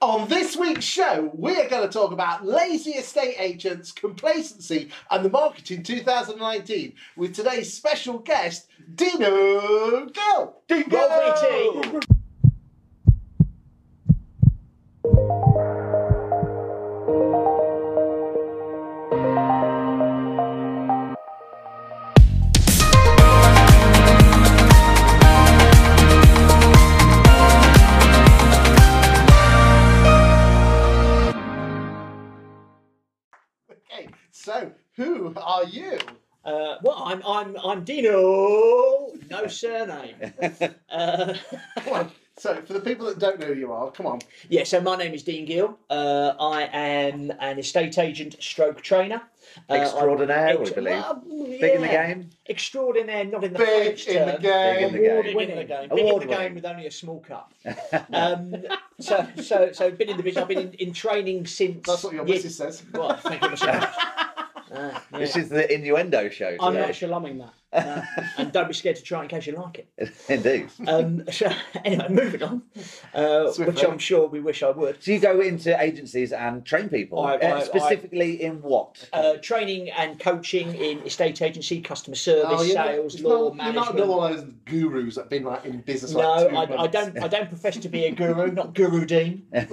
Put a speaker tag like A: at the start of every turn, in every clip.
A: On this week's show, we are going to talk about lazy estate agents, complacency, and the market in 2019 with today's special guest, Dino Gill.
B: Roll VT.
A: Okay, so who are you?
B: Uh, well, I'm I'm I'm Dino. No surname. uh,
A: Come on. So, for the people that don't know who you are, come on.
B: yeah. So my name is Dean Gill. Uh, I am an estate agent, stroke trainer. Uh, I'm-
C: Extraordinaire, we
B: ex-
C: believe.
B: well,
C: Big in the
B: yeah.
C: game.
B: Extraordinaire, not in the
A: Big
B: French
A: in the
B: term.
A: game.
C: Big in the
B: Award
C: game.
B: winning the game. Been in
C: Award
B: the game
C: winning.
B: with only a small cup. Um, so, so, so been in the business. I've been in, in training since.
A: That's what your
B: year-
A: missus says.
B: Well, thank you very much. Ah, yeah.
C: This is the innuendo show.
B: I'm
C: today.
B: not shalumming that. Uh, and don't be scared to try in case you like it.
C: Indeed.
B: Um, so, anyway, moving on, uh, which
A: Swiftly.
B: I'm sure we wish I would.
C: So you go into agencies and train people.
B: I-
C: Uh,
B: I-
C: specifically in what?
B: Uh, training and coaching in estate agency, customer service,
A: you're not-
B: sales,
A: Oh, it's not, you're
B: law,
A: not
B: management.
A: another one of those gurus that have been like in business
B: no,
A: like two
B: I, I
A: months.
B: don't. I don't profess to be a guru, not Guru Dean.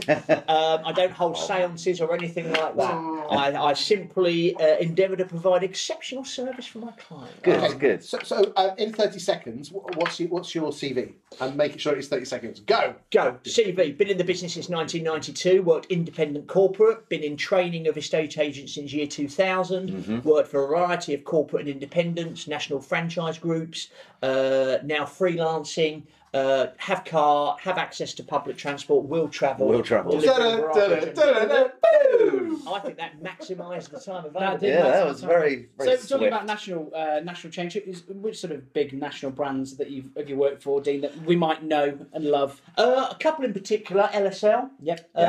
B: Um, I don't hold seances or anything like that.
A: Oh.
B: I, I simply uh, endeavour to provide exceptional service for my clients.
C: Good,
A: Okay.
C: good.
A: So, so um, in 30 seconds, wh- what's your, what's your CV? And making sure it's 30 seconds. Go!
B: Go. CV. Been in the business since 1992. Worked independent corporate. Been in training of estate agents since year 2000.
C: Mm-hmm.
B: Worked for a variety of corporate and independents, national franchise groups. Uh, now freelancing. Uh, have car. Have access to public transport. Will travel.
C: Will travel.
B: deliver a
A: Da-da,
B: variety
A: da-da,
B: of things.
A: da-da, da-da.
B: I think that maximised the time
D: That
B: available.
D: did.
C: Yeah, that
D: that's
C: was
D: my time.
C: very,
D: So
C: very
D: we're talking
C: swift.
D: about national uh, national change. Is, which sort of big national brands that you've have you worked for, Dean, that we might know and love?
B: Uh, a couple in particular, LSL.
D: Yep.
B: Uh,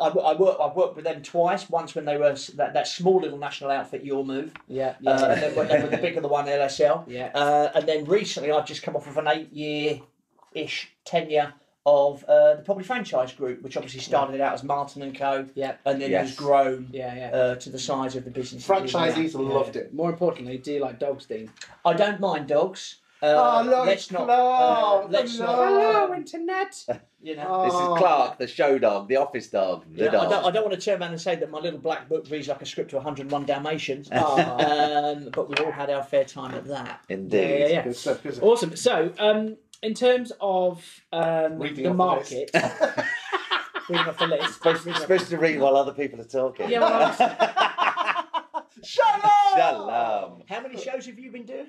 B: I, I work. I've worked with them twice. Once when they were s- that, that small little national outfit, Your Move.
D: Yeah. Yeah.
B: Uh, and then went then with the bigger the one, LSL.
D: Yeah.
B: Uh, and then recently, I've just come off of an eight-year-ish tenure of uh, the Property Franchise Group, which obviously started out as Martin and Co.
D: Yeah.
B: and then
C: Yes.
B: has grown
D: yeah. Yeah.
B: uh, to the size of the business. it is now.
A: Franchisees loved it.
D: More importantly, do you like dogs, Dean?
B: I don't mind dogs. Uh,
A: Oh, no,
B: let's
A: it's
B: not.
A: Clark,
B: uh, let's
A: hello.
B: not.
A: Hello,
D: internet.
B: You know.
A: Oh.
C: This is Clark, the show dog, the office dog, the
B: Yeah, I,
C: dog.
B: don't, I don't want to turn around and say that my little black book reads like a script to 101 Dalmatians, um, but we've all had our fair time at that.
C: Indeed.
D: Yeah, yeah,
A: Good stuff, good stuff.
D: Awesome. So, um, in terms of um,
A: Reading
D: the
A: off the
D: market, reading off the list.
C: Supposed, supposed to read while other people are talking.
D: Yeah, well,
A: Shalom!
C: Shalom.
B: How many shows have you been doing?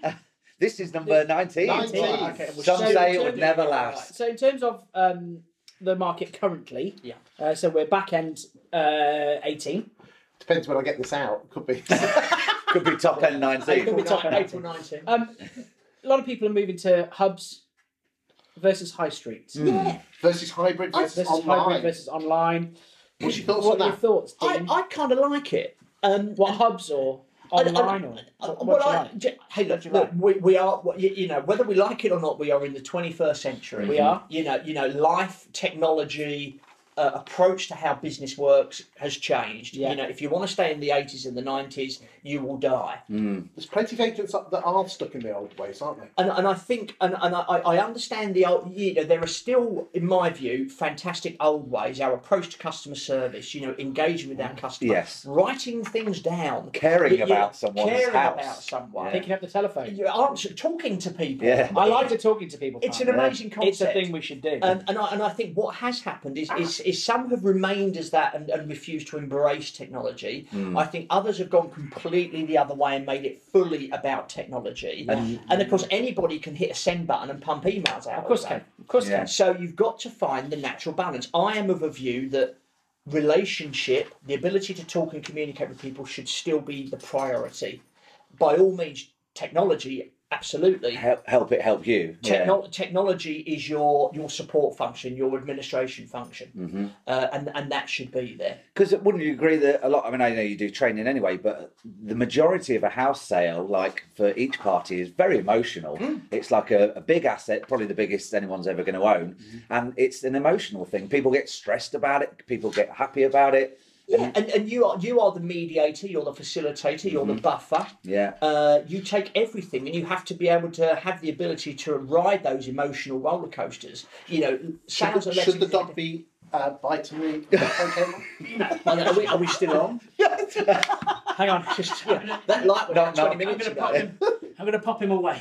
C: This is number 19.
A: 19.
B: Right, okay, well,
C: Some
D: so
C: say it
D: in
C: would
D: terms-
C: never
D: right,
C: last.
D: So, in terms of um, the market currently,
B: Yeah.
D: Uh, so we're back end uh, eighteen.
A: Depends when I get this out. Could be.
C: Could be top end
D: Could
C: 19.
D: be top end.
B: April 19.
D: Um, a lot of people are moving to hubs versus high streets.
B: yeah,
A: versus hybrid versus
D: Versus hybrid
A: online.
D: versus online.
A: What's your thoughts
D: what
A: on
D: are your
A: that?
D: thoughts,
B: I,
D: Dean?
B: I kind of like it. Um,
D: Hmm. what hubs or
B: I- I-
D: online or
B: Uh, well,
D: what, what do you
B: I,
D: like?
B: j- hey, look,
D: you
B: look, we, we are, well, you, you know, whether we like it or not, we are in the 21st century.
D: We are.
B: You know, you know, life, technology, uh, approach to how business works has changed.
D: Yeah.
B: You know, if you want to stay in the 80s and the 90s, you will die.
C: Hmm,
A: There's plenty of agents up that are stuck in the old ways, aren't they?
B: And, and I think, and, and I, I understand the old, you know, there are still, in my view, fantastic old ways, our approach to customer service, you know, engaging with our
D: Mm.
B: customer,
C: Yes.
B: writing things down,
C: Caring
B: You- you-
C: about someone's
B: caring
C: house.
B: about someone,
C: Yeah.
D: Picking up the telephone.
B: you answer, talking to people.
C: Yeah.
D: I like the talking to people.
B: It's
D: part.
B: an amazing concept. Um,
D: It's a thing we should do.
B: And, and, I, and I think what has happened is, is, is some have remained as that and, and refused to embrace technology.
C: Hmm.
B: I think others have gone completely the other way and made it fully about technology. And, of course, anybody can hit a send button and pump emails out.
D: of course,
B: right?
D: can. Of course,
C: Yeah.
D: can.
B: So you've got to find the natural balance. I am of a view that relationship, the ability to talk and communicate with people, should still be the priority. By all means, technology Absolutely.
C: Help, help it help you.
B: Techno- Technology is your your support function, your administration function, uh, and and that should be there.
C: Because wouldn't you agree that a lot? I mean, I know you do training anyway, but the majority of a house sale, like for each party, is very emotional.
B: Hmm.
C: It's like a, a big asset, probably the biggest anyone's ever going to own,
B: Hmm.
C: and it's an emotional thing. People get stressed about it. People get happy about it.
B: Yeah, and, and you are you are the mediator, you're the facilitator, you're the buffer.
C: Yeah.
B: Uh, you take everything, and you have to be able to have the ability to ride those emotional roller coasters. You know,
A: Should,
B: sales
A: the-
B: and
A: should the
B: lettings-
A: dog be uh, biting me? Okay.
B: Are we, are we still on?
D: Hang on.
B: Just yeah, that light went out
C: No, no,
B: twenty
D: I'm going
B: minutes
D: to
B: ago.
D: pop him. I'm going to pop him away.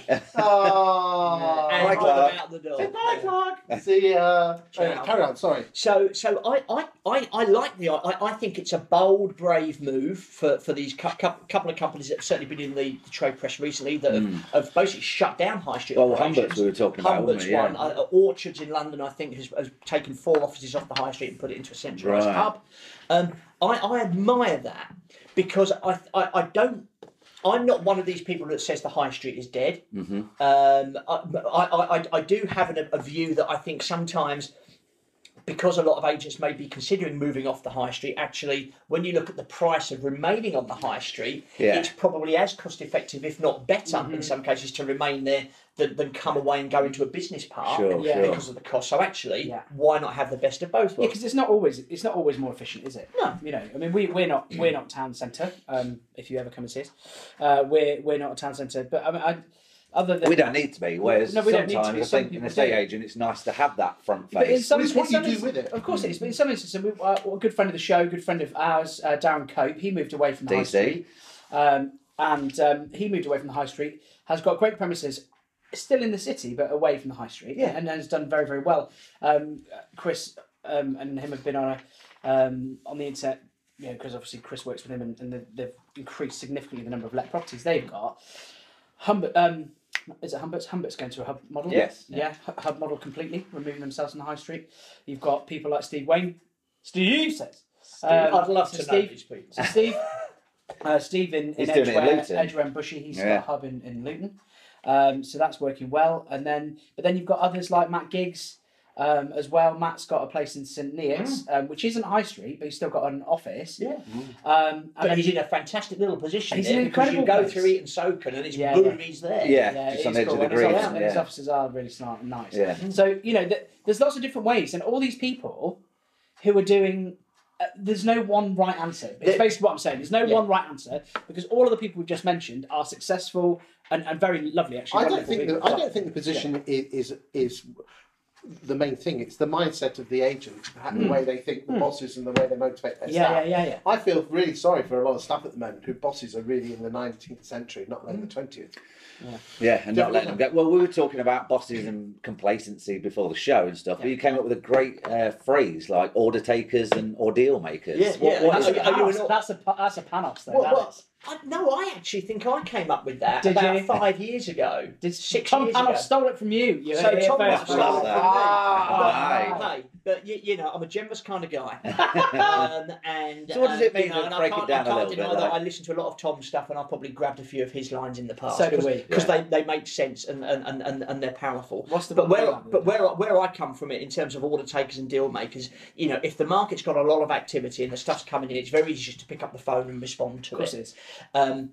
A: Oh.
B: And
C: Bye,
B: put
C: Clark.
B: them out the door.
D: Goodbye, Clark.
A: See ya.
B: Ciao.
A: Uh, carry on, sorry.
B: So, so I, I, I, I like the. I, I think it's a bold, brave move for, for these cou- cou- couple of companies that have certainly been in the, the trade press recently that have, have basically shut down high street.
C: Mm. Well,
B: operations.
C: Humbert's we were talking about,
B: Humbert's
C: wasn't it? Yeah.
B: one. Uh, Orchards in London, I think, has, has taken four offices off the high street and put it into a centralised
C: Right.
B: hub. Um, I, I admire that because I, I, I don't. I'm not one of these people that says the high street is dead.
C: Mm-hmm.
B: Um, I, I, I, I do have an, a view that I think sometimes because a lot of agents may be considering moving off the high street, actually, when you look at the price of remaining on the high street,
C: Yeah.
B: it's probably as cost effective, if not better,
D: Mm-hmm.
B: in some cases, to remain there than, than come away and go into a business park
C: Sure,
D: Yeah.
C: sure.
B: because of the cost. So actually,
D: Yeah.
B: why not have the best of both
D: Yeah,
B: worlds?
D: because it's not always it's not always more efficient, is it?
B: No.
D: you know, I mean, we we're not we're not town centre. Um, if you ever come and see us, uh, we're we're not a town centre. But I mean, I, other than
C: We don't need to be. Whereas
D: No, we don't need
C: sometimes
D: to be.
C: I
D: Some
C: think an
D: people
C: estate
D: do.
C: agent, it's nice to have that front
D: But in
C: face.
D: some,
A: It's
D: in
A: what
D: some
A: you do
D: inst-
A: with it.
D: Of course it is. But in some instances, we, uh, a good friend of the show, good friend of ours, uh, Darren Cope, he moved away from the high
C: DC.
D: street, um, and um, he moved away from the high street. Has got great premises, still in the city, but away from the high street.
C: Yeah.
D: and has done very very well. Um, Chris um, and him have been on a um, on the internet. You know, because obviously Chris works with him, and, and they've, they've increased significantly the number of let properties they've got. Humbert, um, is it Humbert's? Humbert's going to a hub model.
C: Yes.
D: Yeah, hu- hub model completely, removing themselves from the high street. You've got people like Steve Wayne. Steve says. Um,
B: I'd love to
D: so
B: know
D: Steve,
B: these people.
D: So Steve, uh, Steve in, in
C: He's doing it in
D: Edgware,
C: Luton.
D: Edgware and Bushy, he's got
C: Yeah.
D: a hub in, in Luton. Um, so that's working well. And then, but then you've got others like Matt Giggs um, as well. Matt's got a place in St. Neots,
C: Hmm.
D: um, which isn't high street, but he's still got an office.
B: Yeah.
D: Um, and
B: But
D: then
B: he's in a fantastic little position
D: He's
B: there
D: in an
B: because you go
D: incredible place.
B: through it and soak and it's
D: Yeah,
B: boom, he's there.
C: yeah,
D: Yeah,
C: just on
D: it's
C: the edge
D: cool.
C: of
D: And
C: the
D: his
C: grid.
D: office- and his
C: Yeah.
D: offices are really smart and nice.
C: Yeah.
D: So you know, th- there's lots of different ways, and all these people who are doing. Uh, there's no one right answer. It's
B: There-
D: basically what I'm saying. There's no
B: Yeah.
D: one right answer because all of the people we've just mentioned are successful and, and very lovely. Actually,
A: I don't
D: wonderful
A: think the,
D: people.
A: I don't think the position i is is the main thing. It's the mindset of the agent, and
B: Hmm.
A: the way they think, the bosses, and the way they motivate their
D: Yeah,
A: staff.
D: yeah, yeah, yeah.
A: I feel really sorry for a lot of staff at the moment who bosses are really in the 19th century, not like
B: Hmm.
A: the 20th.
C: Yeah, and not letting them go. Well, we were talking about bosses and complacency before the show and stuff. But you came up with a great uh, phrase like order takers and ordeal makers.
B: Yeah,
C: what,
B: yeah,
C: what
B: that's
C: is
B: a-
C: that?
B: are you an
D: Panos,
B: au-
D: that's a pa- that's a panos though.
B: Well,
D: that
B: well,
D: is.
B: I, no, I actually think I came up with that
D: Did
B: about
D: you?
B: five years ago.
D: Did
B: six
D: Tom
B: years
D: Panos
B: ago.
D: stole it from you? you
B: So
D: heard it
B: Tom
D: first.
B: Panos
C: Love
B: stole it
C: that.
B: from me.
C: Ah,
B: But, hey, but you, you know, I'm a generous kind of guy. um, and
C: So what does
B: um,
C: it mean
B: You know,
C: to
B: and
C: break it
B: I can't,
C: down a
B: I can't
C: little bit,
B: deny that
C: like-
B: I listened to a lot of Tom's stuff, and I probably grabbed a few of his lines in the past.
D: So do we.
B: because they, they make sense and, and, and, and, and they're powerful.
D: What's the
B: but
D: one
B: where
D: line?
B: but where I- where I come from it in terms of order takers and deal makers, you know, if the market's got a lot of activity and the stuff's coming in, it's very easy just to pick up the phone and respond to
D: Of course
B: it.
D: it is.
B: Um,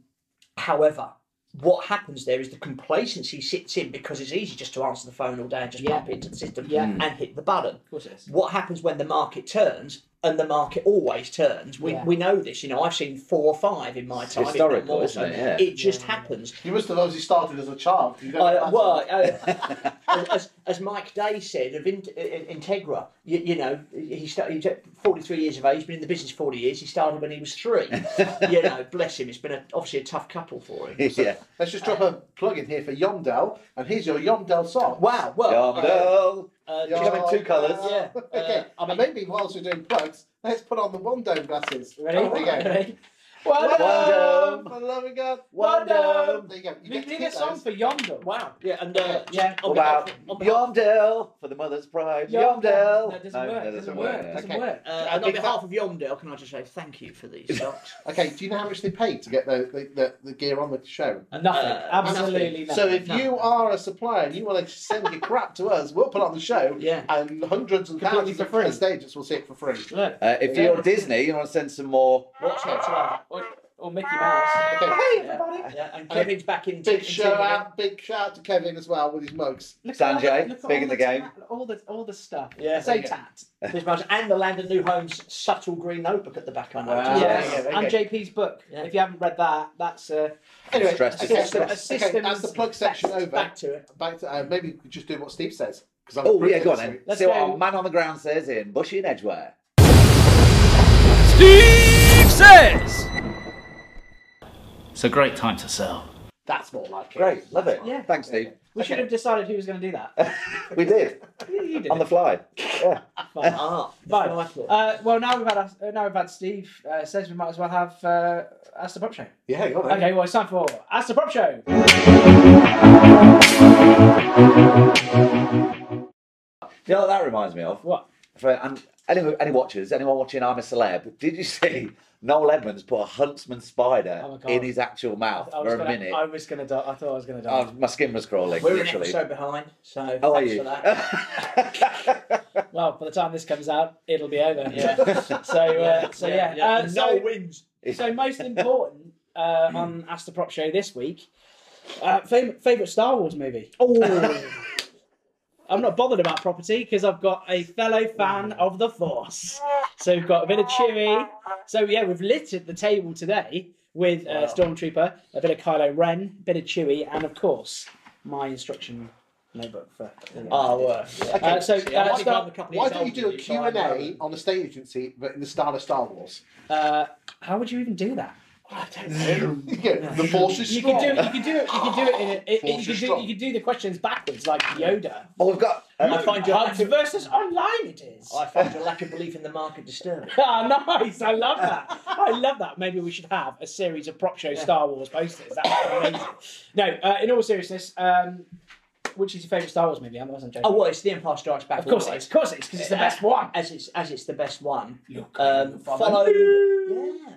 B: however, what happens there is the complacency sits in because it's easy just to answer the phone all day and just
D: Yeah.
B: pump it into the system
D: Yeah.
C: Mm.
B: and hit the button.
D: Of course it is.
B: What happens when the market turns? And the market always turns. We,
D: Yeah.
B: we know this. You know, I've seen four or five in my time. if not
C: historical,
B: more
C: isn't
B: so.
C: it? Yeah.
B: It just happens.
A: You must have obviously started as a child. You don't
B: I,
A: have that
B: well,
A: sort
B: uh, as- as, as Mike Day said of in, in, Integra, you, you know, he started he's at 43 years of age, he's been in the business 40 years. He started when he was three. you know, bless him. It's been a, obviously a tough couple for him.
C: yeah.
A: of- Let's just drop a plug in here for Yondell, and here's your Yondell song.
B: Wow. Well, uh,
C: Yondle.
B: uh,
A: Yondell.
C: Come in two colours.
B: Yeah.
A: okay.
B: Uh, I mean-
A: and maybe whilst we're doing plugs, let's put on the one dome glasses.
D: Ready?
A: Off we go.
D: Ready?
A: Wonder,
C: Wonder.
A: for the love of God,
D: Wonder.
A: There you go. You
D: We
A: get to
D: need
A: keep
D: a song
A: those.
D: for Yonder.
B: Wow. Yeah, and uh,
D: Yeah.
B: on
C: What
B: behalf-
C: about
B: on behalf-
C: Yomdale for the mother's pride?
D: Yonder.
C: Yomdale.
D: No, it doesn't work. It doesn't work. It doesn't
A: Okay.
D: work.
B: Uh,
A: I
B: and on
A: think
B: behalf of Yomdale, can I just say thank you for these stocks?
A: Okay, do you know how much they paid to get the, the, the, the gear on the show?
D: Nothing.
B: Uh,
D: Absolutely nothing.
A: So if
B: no.
A: you are a supplier and you want to send your crap to us, we'll put on the show,
B: yeah.
A: and hundreds and
D: Completely
A: thousands
D: for
A: of
D: free.
A: first agents will see it for free.
D: Look,
C: Uh, if
A: Yeah.
C: you're Disney, you want to send some more.
D: Watchmen or, or Oh, Mickey Mouse.
A: Okay.
D: Hey,
B: Yeah, and Kevin's back in.
A: Big
B: in
A: shout
B: Timberland.
A: out, big shout out to Kevin as well with his mugs.
D: Look at all
C: Sanjay,
D: the- look at
C: big
D: all
C: in the
D: tat-
C: game.
D: all the all the stuff.
B: Yeah.
D: So
A: Yeah.
D: tat.
B: Miss Mouse and the Land of New Home's subtle green notebook at the back. I
C: Wow.
B: noticed.
A: Yes.
D: Yes.
A: okay,
D: And
A: okay.
D: JP's book.
B: Yeah.
D: If you haven't read that, that's uh,
A: Anyway,
C: Stress
A: okay,
D: distress.
A: so- okay, that's the plug section
D: Best.
A: over.
B: Back to it.
A: Back to uh, maybe we could just do what Steve says. 'cause I'm
C: Oh, yeah,
A: proofing
C: go on
A: this
C: then.
A: week.
D: Let's
C: See what
D: go.
C: our man on the ground says in Bushy and Edgware.
E: Steve says. It's a great time to sell.
A: That's more like it.
C: Great, love it.
D: Yeah.
C: Thanks, Steve.
D: We should have decided who was going to do that.
C: we did
D: You you did.
C: Uh, on the fly. Yeah.
D: Fine.
B: Ah,
D: Fine.
B: that's what I thought.
D: Uh, well, now we've had us- uh, now we've had Steve uh, says we might as well have uh, Asta Pop Show.
A: Yeah, go on. then.
D: Okay, well it's time for Asta Pop Show.
C: You know what that reminds me of?
D: What?
C: For, and any, any watchers, anyone watching I'm a Celeb, did you see Noel Edmonds put a huntsman spider
D: Oh my God.
C: in his actual mouth
D: I
C: for
D: was
C: a
D: gonna,
C: minute?
D: I was gonna die. I thought I was gonna die.
C: Oh, my skin was crawling,
B: We're an
C: literally.
B: episode behind, so
C: How are
B: thanks
C: you? Uh,
B: for that.
D: Well, by the time this comes out, it'll be over.
B: Yeah.
D: So, uh, so yeah. Uh,
B: And
D: so,
B: Noel wins.
D: so most important uh, on Asta Prop Show this week, uh, fav- favorite Star Wars movie.
B: Oh,
D: I'm not bothered about property because I've got a fellow fan
B: Oh.
D: of the Force. So we've got a bit of Chewie. So yeah, we've littered the table today with uh, Stormtrooper, a bit of Kylo Ren, a bit of Chewie, and of course my instruction notebook for.
B: ah, well, yeah.
D: Uh, so uh,
B: Why
D: Star-
B: don't you
A: Why don't you do a Q&A on a state agency, but in the style of Star Wars?
D: uh, how would you even do that?
A: yeah, the force is
D: You
A: strong.
D: could do it. You could do it. You could do it in. A, it,
A: Force
D: you
A: is
D: could do.
A: strong.
D: You could do the questions backwards, like Yoda.
C: oh, we've got.
B: I find your lack
D: Hugs
B: of,
D: versus online. It is.
B: I find your lack of belief in the market disturbing.
D: Ah, nice! I love that. I love that. Maybe we should have a series of prop show Star Wars posters. That's amazing. No, uh, in all seriousness, um, which is your favourite Star Wars movie? I wasn't joking.
B: Oh, well, it's The Empire Strikes Back.
D: of course it
B: always.
D: is. Of course it is, because it's the best one.
B: As it's as it's the best one.
D: Look,
B: Um,
D: follow-
B: followed.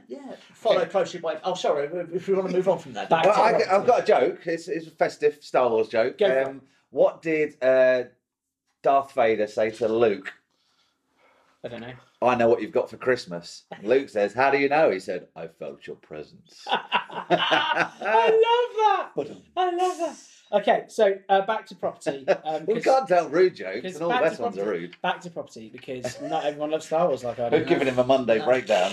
B: Yeah, yeah. Followed closely by. Oh, sorry. we- If we want to move on from that.
D: Back
C: Well,
D: to-
C: I, have got a joke. It's, it's a festive Star Wars joke.
D: Go for it.
C: Um, what did uh, Darth Vader say to Luke?
D: I don't know.
C: I know what you've got for Christmas. Luke says, How do you know? He said, I felt your presence.
D: I love that. I love that. Okay, so uh, back to property. Um,
C: we
D: 'cause-
C: can't tell rude jokes,
D: 'cause
C: and all the
D: back
C: best
D: to
C: ones are
D: property-
C: rude.
D: Back to property because not everyone loves Star Wars like I do.
C: We've given him a Monday breakdown.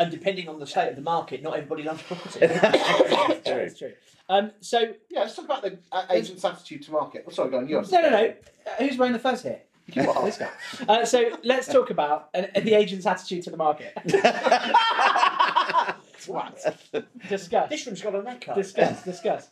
B: And depending on the state of the market, not everybody loves property.
C: True.
D: That's true. Um, so
A: Yeah, let's talk about the uh, agent's attitude to market. Oh, sorry, go on. You
D: No, no, no. Uh, Who's wearing the fuzz here?
A: You are.
D: This guy. Uh, so let's talk about uh, the agent's attitude to the market.
A: Twat.
D: discuss.
B: this one's got a neck up.
D: Discuss. Discuss.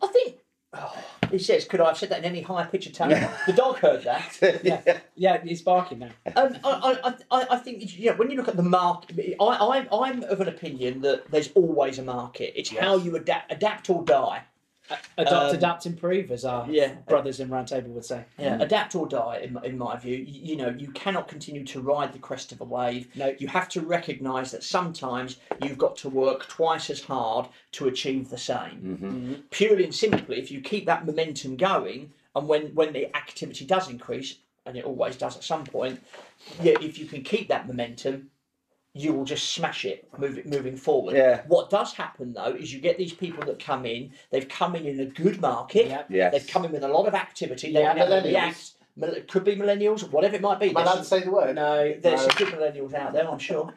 B: I think. Oh, he says, "Could I have said that in any higher pitch of tone?" the dog heard that.
D: Yeah. Yeah, he's barking now.
B: Um, I, I, I, I think it's- yeah. When you look at the market, I, I, I'm of an opinion that there's always a market. It's how you adapt, adapt or die.
D: Uh, Adopt,
B: Um,
D: adapt, improve, as our
B: yeah.
D: brothers in Round Table would say.
B: Yeah, adapt or die. In, my- in my view, you, you know, you cannot continue to ride the crest of a wave.
D: No.
B: you have to recognise that sometimes you've got to work twice as hard to achieve the same. Mm-hmm. Purely and simply, if you keep that momentum going, and when when the activity does increase, and it always does at some point, yeah, if you can keep that momentum. You will just smash it, move it, moving forward.
C: Yeah.
B: What does happen though is you get these people that come in. They've come in in a good market.
D: Yeah.
C: Yes.
B: They've come in with a lot of activity. They
D: Yeah,
B: have
A: millennials.
B: react. mil- Could be millennials, whatever it might be.
A: Am I allowed to
B: There's,
A: say the word?
D: No.
B: there's
A: No.
B: some good millennials out there, I'm sure.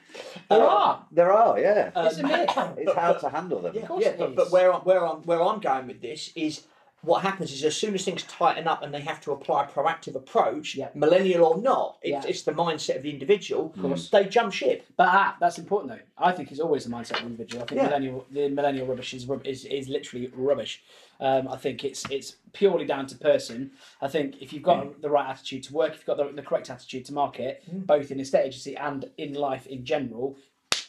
D: There
B: Uh,
D: are.
C: There are, yeah.
B: um,
D: Isn't it?
C: it's how to handle them.
B: Yeah,
D: course
B: yeah,
D: it
B: but,
D: is.
B: but where I'm where I'm where I'm going with this is what happens is as soon as things tighten up and they have to apply a proactive approach,
D: Yeah.
B: millennial or not, it's,
D: Yeah.
B: it's the mindset of the individual.
D: course.
B: They jump ship.
D: But ah, that's important though. I think it's always the mindset of the individual. I think
B: Yeah.
D: millennial the millennial rubbish is rub- is, is literally rubbish. Um, I think it's it's purely down to person. I think if you've got the right attitude
B: Hmm.
D: to work, if you've got the, the correct attitude to market, both in estate agency and in life in general,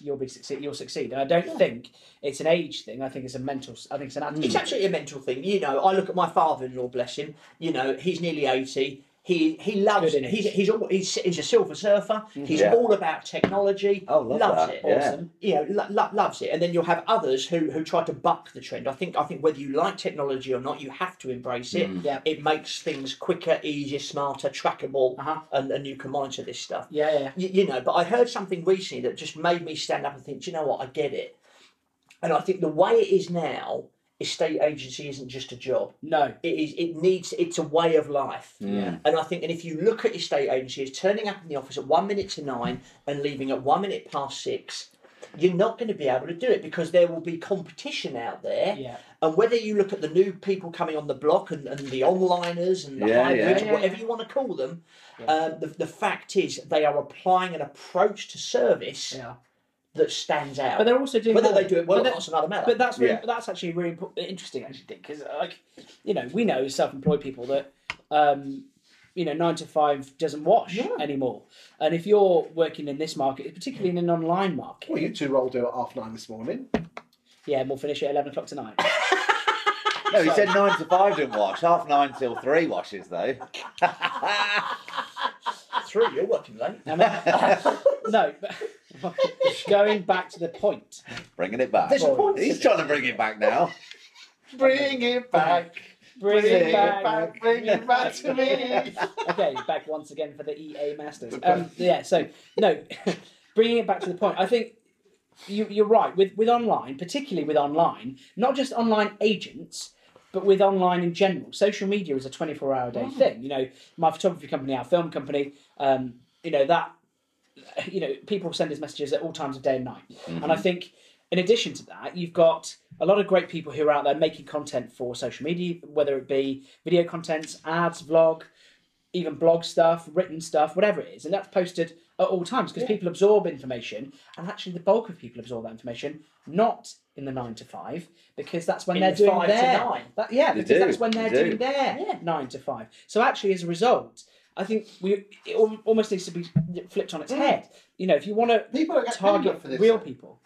D: you'll be succeed. You'll succeed. And I don't think it's an age thing. I think it's a mental. s- I think it's an attitude.
B: It's
C: Mm.
B: absolutely a mental thing. You know, I look at my father-in-law, bless him. You know, he's nearly eighty. He he loves
D: Good
B: it.
D: innings.
B: He's he's, all, he's he's a silver surfer. He's
C: Mm-hmm. Yeah.
B: all about technology.
C: Oh, love
B: loves
C: that,
B: it.
C: yeah.
B: Awesome. You know, lo- lo- loves it. And then you'll have others who who try to buck the trend. I think I think whether you like technology or not, you have to embrace it.
D: Yeah.
C: Mm.
B: It makes things quicker, easier, smarter, trackable,
D: Uh-huh.
B: and and you can monitor this stuff.
D: Yeah, yeah, yeah.
B: Y- you know, but I heard something recently that just made me stand up and think, "Do you know what, I get it. And I think the way it is now, estate agency isn't just a job.
D: No.
B: It is. It needs. It's a way of life.
D: Yeah.
B: And I think, and if you look at estate agencies turning up in the office at one minute to nine and leaving at one minute past six, you're not going to be able to do it because there will be competition out there.
D: Yeah.
B: And whether you look at the new people coming on the block and, and the onliners and the
C: Yeah,
B: hybrids,
D: yeah.
B: whatever you want to call them, uh, the, the fact is they are applying an approach to service
D: Yeah.
B: that stands out.
D: But they're also doing
B: whether
D: more.
B: they do it well
D: But
B: or
D: they-
B: not's another matter.
D: But that's really,
C: Yeah.
D: but that's actually really impo- interesting, actually, Dick, because like you know we know as self-employed people that um, you know nine to five doesn't wash
B: Yeah.
D: anymore, and if you're working in this market, particularly in an online market,
A: Well, you two rolled out at half nine this morning.
D: yeah, and we'll finish at eleven o'clock tonight.
C: No, he said nine to five didn't wash. Half nine till three washes though.
B: three, you're working late.
D: I mean, no, but going back to the point,
C: Bringing it back.
B: There's a point.
C: He's trying to bring it back now.
A: Bring it back.
D: bring it back.
A: Bring it back to me.
D: okay, back once again for the EA Masters. Um, yeah, so no, bringing it back to the point, I think you, you're right with with online, particularly with online, not just online agents. But with online in general, social media is a 24 hour day thing. You know, my photography company, our film company, um, you know, that, you know, people send us messages at all times of day and night. And I think in addition to that, you've got a lot of great people who are out there making content for social media, whether it be video contents, ads, vlog, even blog stuff, written stuff, whatever it is, and that's posted at all times because people absorb information, and actually the bulk of people absorb that information not in the nine to five because that's when
B: In
D: they're
B: the
D: doing
B: five to
D: their
B: nine.
D: That, yeah,
C: They
D: because
C: do,
D: that's when
C: they
D: they're
C: do.
D: doing their nine to five. So actually, as a result, I think we it al- almost needs to be flipped
B: Mm.
D: on its head. You know, if you want to
A: People are getting
D: target
A: for this.
D: real people,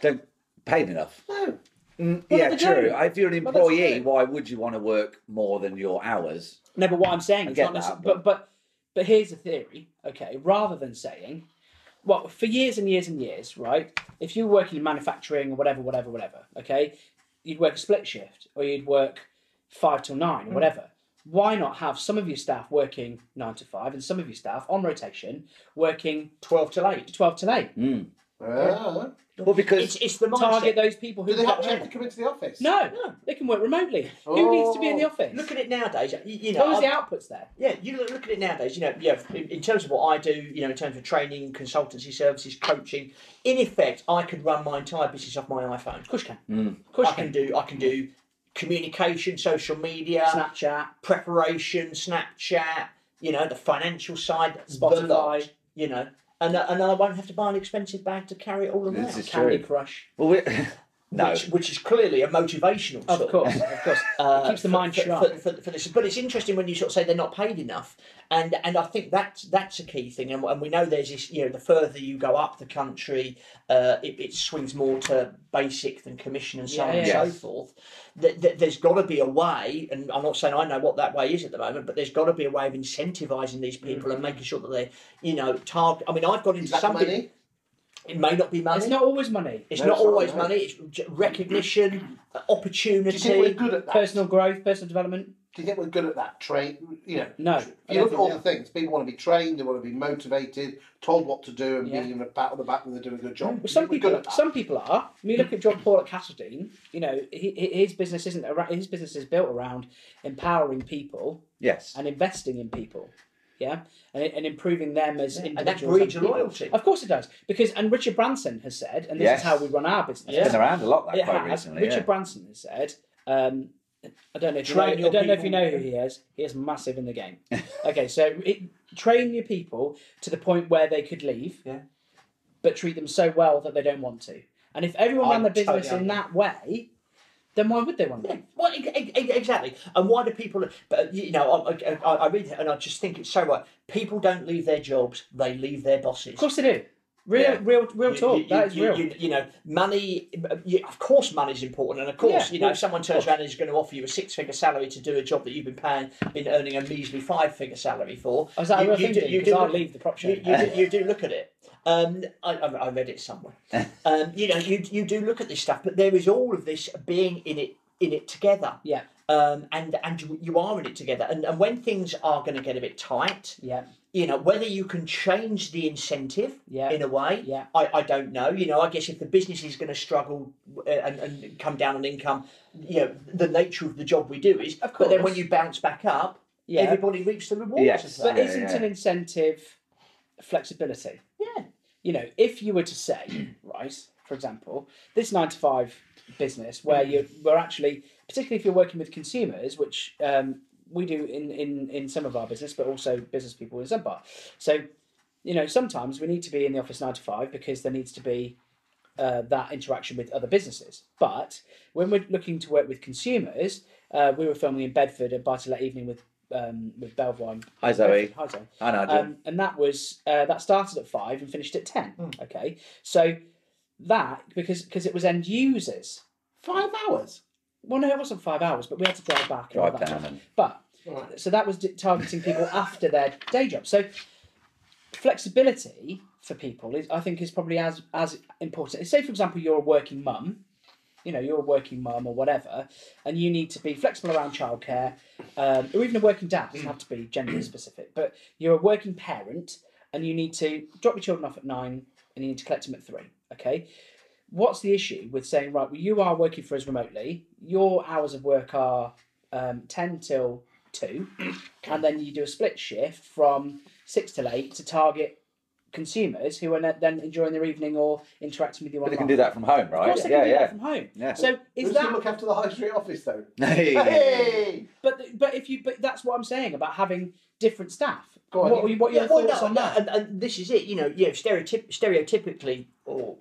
C: Don't paid enough.
A: No.
C: Mm, yeah,
D: they
C: true.
D: do.
C: If you're an
D: Well, that's
C: employee,
D: true.
C: why would you want to work more than your hours?
D: No, but what I'm saying
C: I
D: is
C: get
D: not
C: that,
D: necessarily.
C: but-
D: But but but here's a theory. Okay, rather than saying, well, for years and years and years, right? If you were working in manufacturing or whatever, whatever, whatever, okay, you'd work a split shift or you'd work five till nine or whatever. Why not have some of your staff working nine to five and some of your staff on rotation working
B: 12 till 8.
D: twelve till eight?
A: Uh,
C: Well, because
B: It's, it's the mindset.
D: Target those people who
A: do they
D: can't
A: actually have to
D: manage.
A: come into the office?
D: No, they can work remotely. Who needs to be in the
A: Oh,
D: office?
B: Look at it nowadays. You, you
D: as
B: know,
D: long as
B: I'm-
D: the output's there.
B: Yeah, you look, look at it nowadays. You know, yeah. In, in terms of what I do, you know, in terms of training, consultancy services, coaching, in effect, I could run my entire business off my iPhone.
D: Of course you can. Of course
B: I
D: you
B: can
D: can.
B: do. I can do communication, social media,
D: Snapchat.
B: preparation, Snapchat. You know, the financial side, the
D: Spotify.
B: lot, You know, and uh, and I won't have to buy an expensive bag to carry it all around.
C: This is
D: Candy
C: true.
D: Crush.
C: Well, we- no,
B: Which, which is clearly a motivational tool.
D: Of course, of course.
B: uh,
D: it keeps the
B: for-
D: mind
B: for,
D: sharp.
B: For, for, for this. But it's interesting when you sort of say they're not paid enough, and and I think that's that's a key thing. And, and we know there's this, you know, the further you go up the country, uh, it, it swings more to basic than commission and so on
D: Yeah,
B: and
C: yeah.
B: so forth. That, that there's got to be a way, and I'm not saying I know what that way is at the moment, but there's got to be a way of incentivising
D: Mm.
B: these people and making sure that they, you know, target. I mean, I've got into
A: Is that
B: some bit-
A: money?
B: It may not be money.
D: it's not always money.
B: It's
A: No,
B: not
A: it's not
B: always
A: money.
B: money. It's j- recognition, uh,
A: Do
B: opportunity.
A: you think we're good at that?
D: Personal growth, personal development.
A: Do you think we're good at that? Train, you know.
D: No, I
A: You
D: don't
A: look at
D: think
A: all
D: we
A: the things. People want to be trained. They want to be motivated, told what to do, and
D: Yeah.
A: being pat on the back when they're doing a good job.
D: Well, some
A: Oh, We're good
D: people,
A: at that.
D: some people are. I mean, look at John Paul at Castledine. You know, he, he- his business isn't around, his business is built around empowering people
C: yes,
D: and investing in people. Yeah, and, and improving them as
B: and that
D: individuals.
B: breeds
D: people.
B: loyalty.
D: Of course it does, because and Richard Branson has said, and this
C: Yes.
D: is how we run our business.
B: Yeah.
C: been around a lot that
D: It
C: quite
D: has.
C: recently.
D: Richard
C: yeah.
D: Branson has said, um, I don't know if you know,
B: Train
D: I
B: your
D: don't know if you
B: people.
D: know who he is. He is massive in the game. okay, so it, train your people to the point where they could leave,
B: Yeah.
D: but treat them so well that they don't want to. And if everyone
B: I
D: ran their
B: totally
D: business in that way, then why would they want to?
B: Yeah,
D: leave?
B: well, e- e- e- exactly. And why do people? But you know, I, I, I read that and I just think it's so right. People don't leave their jobs; they leave their bosses.
D: Of course they do. Real,
C: Yeah.
D: real, real
B: You-
D: talk.
B: You,
D: that is
B: you-
D: real.
B: You, you know, money. You, of course, money's important, and of course,
D: Yeah,
B: you know,
D: well,
B: if someone turns around and is going to offer you a six-figure salary to do a job that you've been paying, been earning a measly five-figure salary for,
D: Is that a
B: you,
D: real
B: you
D: thing,
B: do-
D: Dean?
B: you
D: 'Cause
B: do
D: I'll
B: look-
D: leave the prop
B: You,
D: shop.
B: you, do, you do look at it. Um, I, I, I read it somewhere. Um, you know, you you do look at this stuff, but there is all of this being in it in it together.
D: Yeah,
B: Um, and and you, you are in it together. And, and when things are going to get a bit tight,
D: yeah,
B: you know whether you can change the incentive
D: Yeah.
B: in a way
D: Yeah.
B: I, I don't know you know i guess if the business is going to struggle uh, and, and come down on income you know the nature of the job we do is
D: Of
B: but then when
D: course.
B: you bounce back up
D: yeah.
B: everybody reaps the rewards
C: Yes.
B: of that.
D: But
C: Yeah,
D: isn't
C: yeah.
D: an incentive flexibility?
B: yeah
D: You know, if you were to say, right, for example, this nine to five business where you were actually, particularly if you're working with consumers, which um, we do in, in, in some of our business, but also business people in some part. So, you know, sometimes we need to be in the office nine to five because there needs to be uh, that interaction with other businesses. But when we're looking to work with consumers, uh, we were filming in Bedford a buy to let evening with um, with Belvoir.
C: Hi, Zoe.
D: Hi Zoe
C: I know. Jim.
D: um, and that was uh, that started at five and finished at ten. Okay, so that because because it was end users.
A: Five hours.
D: Well, no, it wasn't five hours, but we had to drive back. and all
C: Drive
D: that
C: down
D: jazz.
C: and-
D: But
A: Right.
D: so that was d- targeting people after their day job. So flexibility for people is, I think, is probably as as important. Say, for example, you're a working mum. You know, you're a working mum or whatever, and you need to be flexible around childcare, um, or even a working dad. It doesn't have to be gender specific, but you're a working parent, and you need to drop your children off at nine, and you need to collect them at three. Okay, what's the issue with saying right? Well, you are working for us remotely. Your hours of work are um, ten till two, and then you do a split shift from six till eight to target consumers who are then enjoying their evening or interacting with you
C: But
D: online.
C: they can do that from home,
D: Of
C: right?
D: course, they can
C: Yeah,
D: do that
C: yeah.
D: from home.
C: Yeah.
D: So is
A: Who's
D: that?
A: to look after the high street office though?
C: Hey.
A: Hey!
D: But but if you but that's what I'm saying about having different staff.
A: Go on,
D: what,
A: you-
D: are you- what are your
B: Yeah, well,
D: thoughts
B: no,
D: on
B: no,
D: that?
B: And, and this is it, you know, yeah, stereotyp- stereotypically or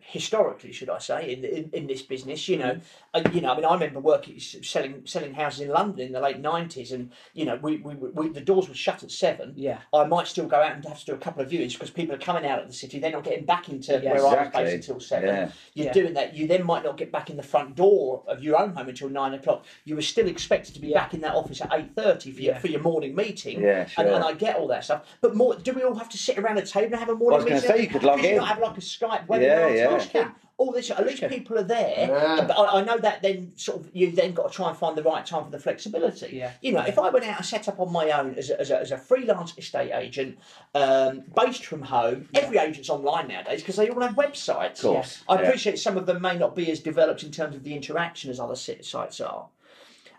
B: historically, should I say, in, in, in this business, you know,
D: Mm-hmm.
B: uh, you know, I mean, I remember working s- selling selling houses in London in the late nineties, and you know, we, we, we the doors would shut at seven.
D: Yeah.
B: I might still go out and have to do a couple of viewings because people are coming out of the city; they're not getting back into
D: Yeah,
B: where I was
C: exactly.
B: based until seven.
C: Yeah.
B: You're
D: Yeah.
B: doing that. You then might not get back in the front door of your own home until nine o'clock. You were still expected to be
D: Yeah.
B: back in that office at eight thirty for your
D: Yeah.
B: for your morning meeting.
C: Yeah,
B: And,
C: sure.
B: and I I get all that stuff. But more, do we all have to sit around a table and have a morning
C: I was gonna
B: meeting?
C: say, you could log
B: Could you
C: in.
B: not have like a Skype
C: Yeah,
B: webinar?
C: yeah.
B: Of course you can. All this, at least
D: Sure.
B: people are there.
A: Yeah.
B: But I, I know that then sort of you then got to try and find the right time for the flexibility.
D: Yeah.
B: You know, if I went out and set up on my own as a, as a, as a freelance estate agent, um, based from home, every agent's online nowadays because they all have websites.
C: Of course.
B: I
C: Yeah.
B: appreciate some of them may not be as developed in terms of the interaction as other sit- sites are.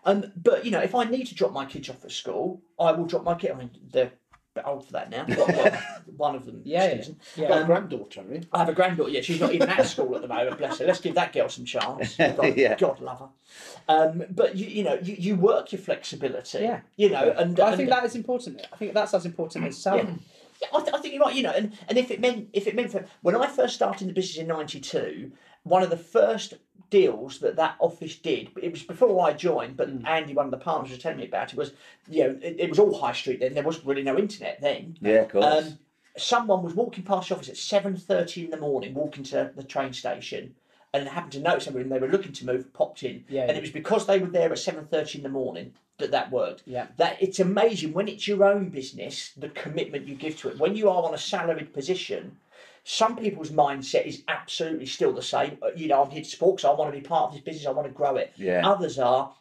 B: Um, but you know, if I need to drop my kids off at school, I will drop my kid. I mean, they're a bit old for that now. Well, well, one of them,
D: Yeah,
B: excuse me.
D: yeah.
A: My
B: Um,
A: granddaughter, eh? I mean.
B: I have a granddaughter. Yeah, she's not even at school at the moment. Bless her. Let's give that girl some chance. God,
C: Yeah.
B: God love her. Um, but you, you know, you, you work your flexibility.
D: Yeah.
B: You know, and
D: I
B: and-
D: think that is important. I think that's as important as salary.
B: yeah, I, th- I think you're right. You know, and, and if it meant if it meant for when I first started in the business in '92, one of the first deals that that office did, it was before I joined, but
D: Mm.
B: Andy, one of the partners, was telling me about it. Was you know it, it was all high street then. There was really no internet then.
C: Yeah, of course.
B: Um, someone was walking past the office at seven thirty in the morning, walking to the train station, and happened to notice somebody and they were looking to move, popped in,
D: Yeah,
B: and
D: yeah.
B: it was because they were there at seven thirty in the morning that that worked.
D: Yeah.
B: that it's amazing when it's your own business, the commitment you give to it. When you are on a salaried position. Some people's mindset is absolutely still the same. Uh, You know, I'm here to support 'cause I want to be part of this business. I want to grow it.
C: Yeah.
D: Um,
B: Others are,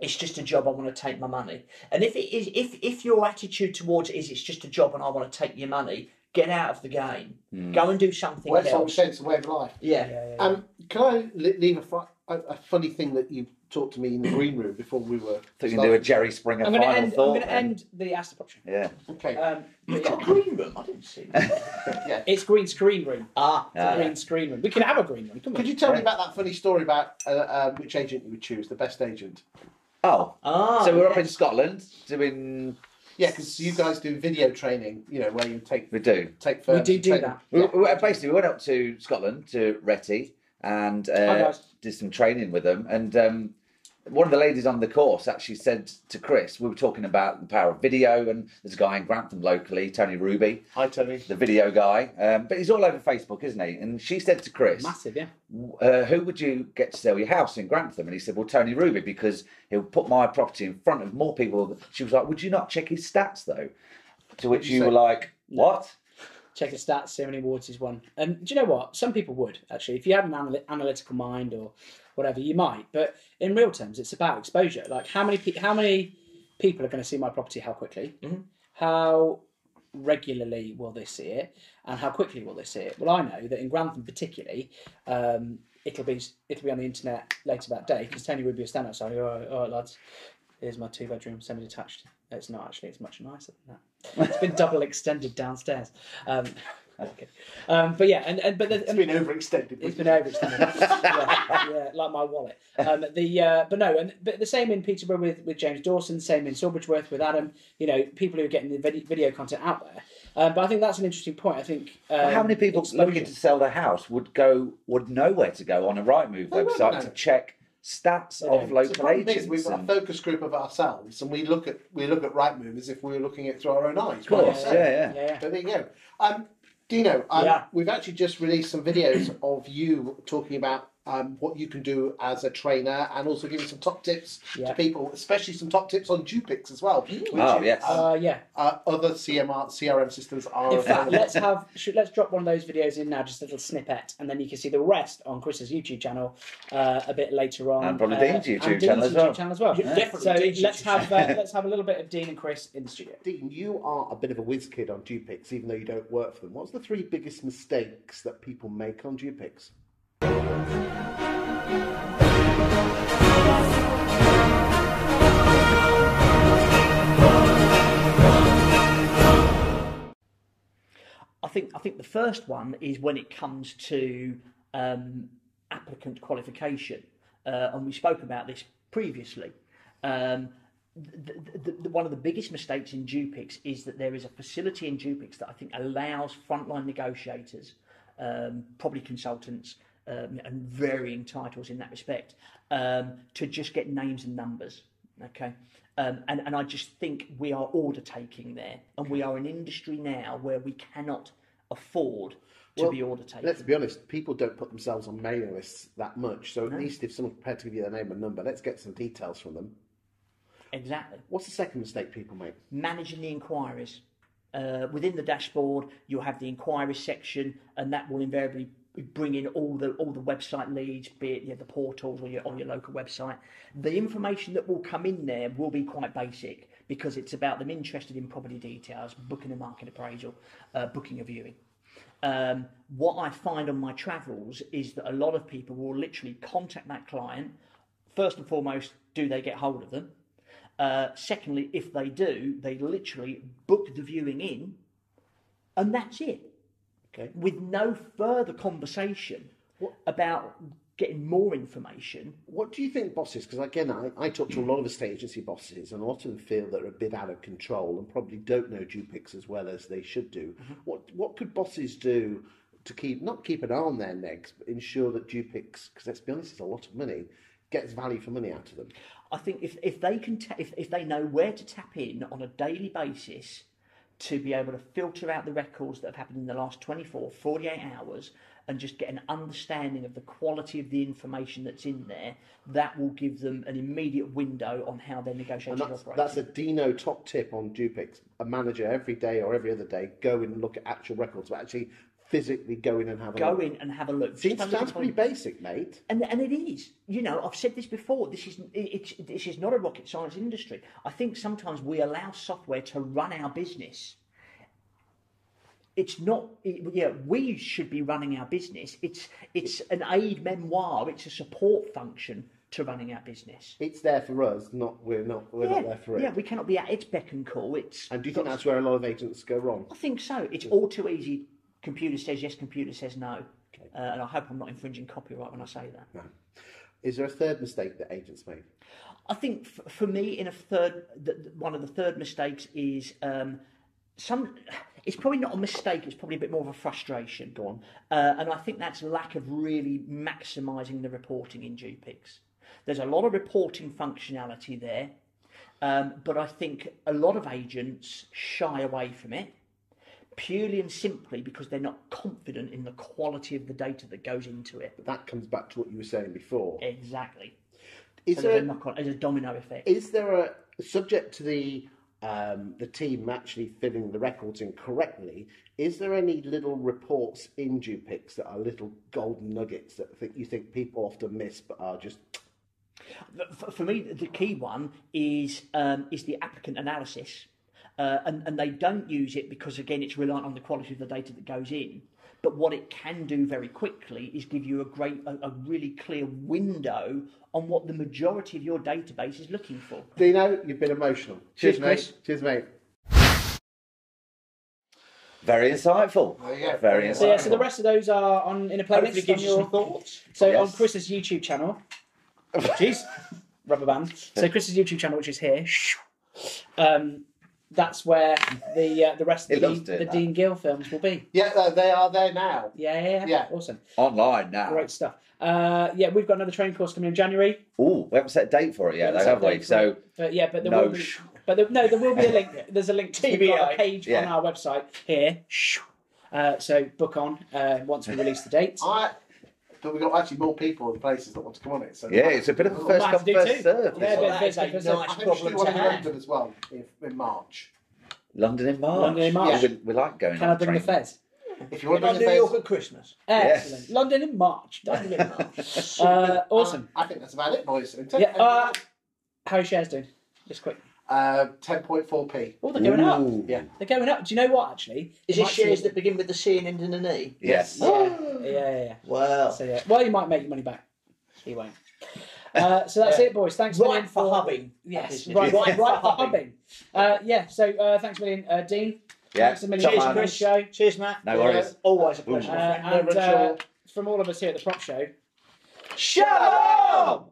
B: it's just a job. I want to take my money. And if it is, if if your attitude towards it is, it's just a job, and I want to take your money, get out of the game. Go and do something
A: Where some
B: else.
A: sheds the way of life.
B: Yeah.
A: Um, can I li- leave a, fu- a, a funny thing that you talked to me in the green room before we were?
C: Thought you can do a Jerry Springer
D: I'm going
C: final
D: to end. I'm
C: thought.
D: going to
C: then.
D: end the Astor Pop Show.
C: Yeah.
A: Okay.
D: Um,
B: You've
D: but yeah,
B: got a green room. I didn't see. That.
D: it's green screen room.
B: ah.
D: It's a
C: Ah.
D: green screen room. We can have a green room. Come on.
A: Could you tell me about that funny story about uh, uh, which agent you would choose, the best agent?
C: Oh.
B: Ah.
C: so we're up
B: yeah.
C: in Scotland doing.
A: Yeah, because you guys do video training, you know, where you take
C: We do.
A: take
D: We
A: firms
D: do
A: and
D: do
A: train
D: that.
A: them.
C: We, we- basically, we went up to Scotland to Retty and uh,
D: Oh, nice.
C: did some training with them. And um, one of the ladies on the course actually said to Chris, we were talking about the power of video, and there's a guy in Grantham locally, Tony Ruby,
A: Hi, Tony.
C: the video guy, um, but he's all over Facebook, isn't he? And she said to Chris,
D: Massive, yeah.
C: uh, who would you get to sell your house in Grantham? And he said, well, Tony Ruby, because he'll put my property in front of more people. She was like, would you not check his stats though? To which you
A: say?
C: were like, what?
D: check his stats, see how many awards he's won. And do you know what? Some people would actually, if you had an anal- analytical mind or whatever, you might. But in real terms, it's about exposure. Like how many pe- how many people are going to see my property? How quickly? How regularly will they see it? And how quickly will they see it? Well, I know that in Grantham, particularly. Um, It'll be it'll be on the internet later that day because Tony Ruby will stand outside. and go, All right, all right, lads, here's my two bedroom semi detached. It's not actually; it's much nicer than that. It's been double extended downstairs. Um, okay. um, but yeah, and, and but the,
A: It's been overextended.
D: it's been overextended. yeah, yeah, like my wallet. Um, the uh, but no, and but the same in Peterborough with, with James Dawson, same in Silverbridgeworth with Adam. You know, people who are getting the vid- video content out there. Um, but I think that's an interesting point. I think um,
C: How many people looking
D: exposure.
C: to sell their house would go would know where to go on a Rightmove website to
A: know.
C: check stats of
A: The
C: local
A: problem is we've
C: agents?
A: got a
C: and-
A: focus group of ourselves, and we look at we look at Rightmove as if we were looking at it through our own eyes. Of
C: course, yeah, yeah.
D: Yeah, yeah.
A: But there you go. Um, Dino, um,
B: Yeah.
A: we've actually just released some videos of you talking about um, what you can do as a trainer, and also giving some top tips
D: Yeah. Mm.
A: to people, especially some top tips on Dupix as well. Which
C: Oh,
A: is,
C: yes.
A: um,
D: Uh, yeah.
A: uh, other CMR CRM systems are
D: In fact,
A: available.
D: let's have should, let's drop one of those videos in now, just a little snippet, and then you can see the rest on Chris's YouTube channel uh, a bit later on,
C: And probably
D: uh,
C: Dean's YouTube
D: and
C: channel as
D: YouTube
C: well.
D: Channel as well.
B: Yeah, definitely
D: So
B: Dean's
D: let's
B: YouTube
D: have uh, let's have a little bit of Dean and Chris in the studio.
A: Dean, you are a bit of a whiz kid on Dupix, even though you don't work for them. What's the three biggest mistakes that people make on Dupix?
B: I think I think the first one is when it comes to um, applicant qualification, uh, and we spoke about this previously. Um, th th th one of the biggest mistakes in Dupix is that there is a facility in Dupix that I think allows frontline negotiators, um, probably consultants, um, and varying titles in that respect, um, to just get names and numbers. Okay. Um, and, and I just think we are order taking there. And we are an industry now where we cannot afford to be order taking.
A: Let's be honest, people don't put themselves on mailing lists that much. So at least if someone's prepared to give you their name and number, let's get some details from them.
B: Exactly.
A: What's the second mistake people make?
B: managing the inquiries. Uh, within the dashboard, you'll have the inquiry section, and that will invariably bring in all the all the website leads, be it you know, the portals or your on your local website. The information that will come in there will be quite basic because it's about them interested in property details, booking a market appraisal, uh, booking a viewing. Um, what I find on my travels is that a lot of people will literally contact that client. First and foremost, do they get hold of them? Uh, secondly, if they do, they literally book the viewing in, and that's it.
A: Okay.
B: With no further conversation about getting more information.
A: What do you think bosses, because again, I, I talk to a lot of estate agency bosses and a lot of them feel they're a bit out of control and probably don't know Dupix as well as they should do.
B: Mm-hmm.
A: What, what could bosses do to keep, not keep an eye on their necks, but ensure that Dupix, because let's be honest, it's a lot of money, gets value for money out of them?
B: I think if, if they can ta- if, if they know where to tap in on a daily basis to be able to filter out the records that have happened in the last 24, 48 hours and just get an understanding of the quality of the information that's in there, that will give them an immediate window on how their negotiations
A: And that's,
B: operate.
A: that's a Dino top tip on Dupix. A manager every day or every other day, go in and look at actual records, but actually physically go in and have a
B: Go
A: look.
B: in and have a look.
A: Seems,
B: Just have a look
A: sounds
B: at
A: pretty
B: the-
A: basic, mate.
B: and and it is. You know, I've said this before. This is it- it's this is not a rocket science industry. I think sometimes we allow software to run our business. It's not. it- yeah, we should be running our business. It's it's an aid memoir. It's a support function to running our business.
A: It's there for us, not we're not we're not there for it.
B: yeah, we cannot be at its beck and call. It's
A: and do you think that's where a lot of agents go wrong?
B: I think so. It's all too easy. Computer says yes. Computer says no. Uh, and I hope I'm not infringing copyright when I say that.
A: No. Is there a third mistake that agents make?
B: I think f- for me, in a third, th th- one of the third mistakes is um, some. It's probably not a mistake. It's probably a bit more of a frustration. Go on, uh, and I think that's lack of really maximising the reporting in GPIX. There's a lot of reporting functionality there, um, but I think a lot of agents shy away from it purely and simply because they're not confident in the quality of the data that goes into it.
A: That comes back to what you were saying before.
B: Exactly.
A: Is
B: So
A: there
B: there's a knock-on, there's a domino effect.
A: is there a subject to the um, the team actually filling the records in correctly? Is there any little reports in Dupix that are little golden nuggets that think you think people often miss but are just
B: for, for me, the key one is um, is the applicant analysis, uh, and and they don't use it because again, it's reliant on the quality of the data that goes in. But what it can do very quickly is give you a great, a, a really clear window on what the majority of your database is looking for.
A: Dino, you've been emotional. Cheers,
B: Cheers,
A: mate.
B: Chris.
A: Cheers, mate.
C: Very insightful.
A: yeah.
C: Very insightful.
A: So,
D: So Oh, yeah, so the rest of those are on in a
B: Hopefully,
D: playlist.
B: gives
D: on
B: you
D: your-
B: some thoughts.
D: So
C: Yes.
D: on Chris's YouTube channel, jeez, rubber band. So Chris's YouTube channel, which is here, um, that's where the uh, the rest
C: He
D: of the,
C: loves doing
D: the
C: that.
D: Dean Gill films will be.
A: Yeah, no, they are there now.
D: Yeah, yeah, yeah,
A: Yeah.
D: awesome,
C: Online now.
D: great stuff. Uh, yeah, we've got another training course coming in January.
C: Ooh, we haven't set a date for it yet,
D: We
C: though,
D: haven't
C: have
D: set a
C: we? So,
D: date But yeah, but there
C: No
D: will be,
C: sh-
D: but there, no, there will be a link. There's a link to we've got
B: TBI.
D: a page on
C: Yeah.
D: our website here. Uh, so book on uh, once we release the date.
A: I but we've got actually more people and places that want to come on it. So
C: yeah, it's a bit of a
A: Oh,
C: first
D: might
C: come,
D: have to do
C: first
D: two.
C: served.
D: Yeah,
C: this
D: but-
C: one.
B: that is a
D: because
A: I
B: nice
A: think we should
B: problem
A: do
B: to
A: one in
B: have.
A: London as well in, in March.
C: London in March.
D: London in March.
C: We, we like going
D: Can
C: on
D: I bring the
C: train.
D: Fez?
A: If you want
B: Like
A: to do
B: New York
A: the
B: at Christmas.
D: Excellent.
C: Yes.
D: London in March.
B: Don't get much.
D: Uh, awesome.
A: I, I think that's about it, boys. And
D: Yeah, uh, How are shares doing? Just quick.
A: uh, 10.4p.
D: Oh, they're going up.
C: Ooh.
A: Yeah.
D: They're going up. Do you know what? Actually,
B: Is
D: You
B: it
D: might
B: shares
D: see-
B: that begin with the C and end in an E?
C: Yes.
D: Yeah, yeah, yeah. yeah.
B: Wow.
D: So yeah, well, you might make your money back. You won't. Uh, so that's
B: Yeah.
D: it, boys. Thanks a million
B: Right for hubbing.
D: Yes,
B: That
D: right,
B: business.
D: right, right for hubbing. Uh, yeah, yeah. So uh, thanks a million, uh, Dean.
C: Yeah.
D: Thanks a million,
C: Top
D: Cheers,
C: man.
D: Chris. Show.
B: Cheers, Matt.
C: No worries.
B: Always a
C: Ooh.
B: pleasure.
D: Uh,
B: my friend.
D: and
A: Never
D: uh,
A: sure.
D: from all of us here at the Prop Show.
C: Shalom!